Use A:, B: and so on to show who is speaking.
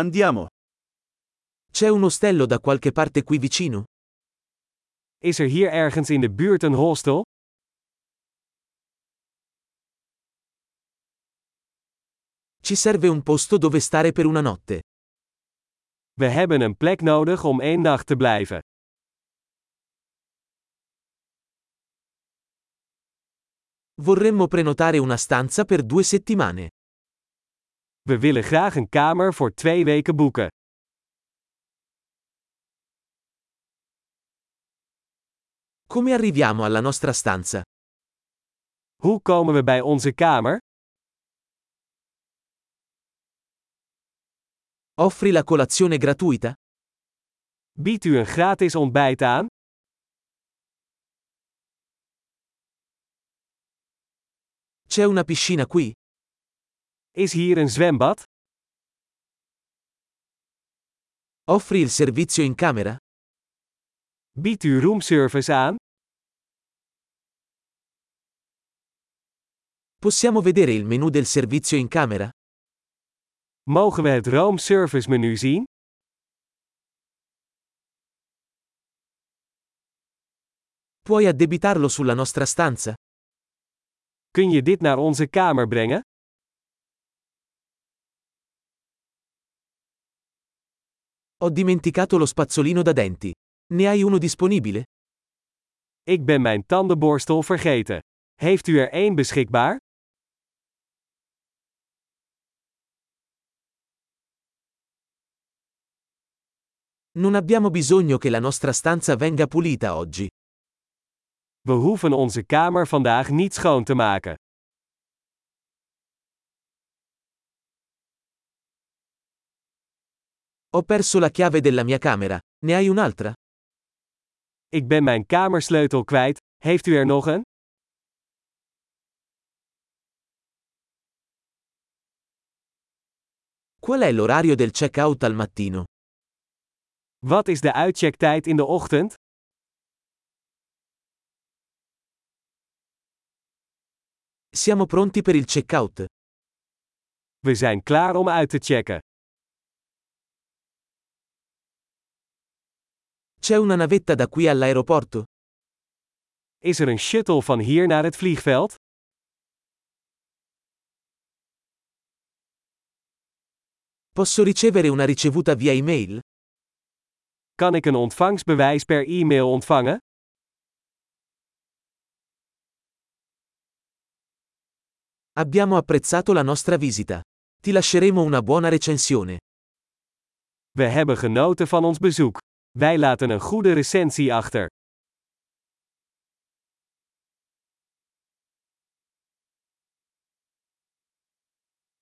A: Andiamo.
B: C'è un ostello da qualche parte qui vicino?
C: Is er hier ergens in de buurt een hostel?
B: Ci serve un posto dove stare per una notte.
C: We hebben een plek nodig om één nacht te blijven.
B: Vorremmo prenotare una stanza per due settimane.
C: We willen graag een kamer voor twee weken boeken.
B: Come arriviamo alla nostra stanza?
C: Hoe komen we bij onze kamer?
B: Offri la colazione gratuita?
C: Biedt u een gratis ontbijt aan?
B: C'è una piscina qui?
C: Is hier een zwembad?
B: Offri il servizio in camera?
C: Biedt u roomservice aan?
B: Possiamo vedere il menu del servizio in camera?
C: Mogen we het roomservice menu zien?
B: Puoi addebitarlo sulla nostra stanza?
C: Kun je dit naar onze kamer brengen?
B: Ho dimenticato lo spazzolino da denti. Ne hai uno disponibile?
C: Ik ben mijn tandenborstel vergeten. Heeft u er één beschikbaar?
B: Non abbiamo bisogno che la nostra stanza venga pulita oggi.
C: We hoeven onze kamer vandaag niet schoon te maken.
B: Ho perso la chiave della mia camera. Ne hai un'altra?
C: Ik ben mijn kamersleutel kwijt. Heeft u er nog een?
B: Qual è l'orario del check-out al mattino?
C: Wat is de uitchecktijd in de ochtend?
B: Siamo pronti per il check-out.
C: We zijn klaar om uit te checken.
B: C'è una navetta da qui all'aeroporto?
C: Is er een shuttle van hier naar het vliegveld?
B: Posso ricevere una ricevuta via email?
C: Kan ik een ontvangstbewijs per e-mail ontvangen?
B: Abbiamo apprezzato la nostra visita. Ti lasceremo una buona recensione.
C: We hebben genoten van ons bezoek. Wij laten een goede recensie achter.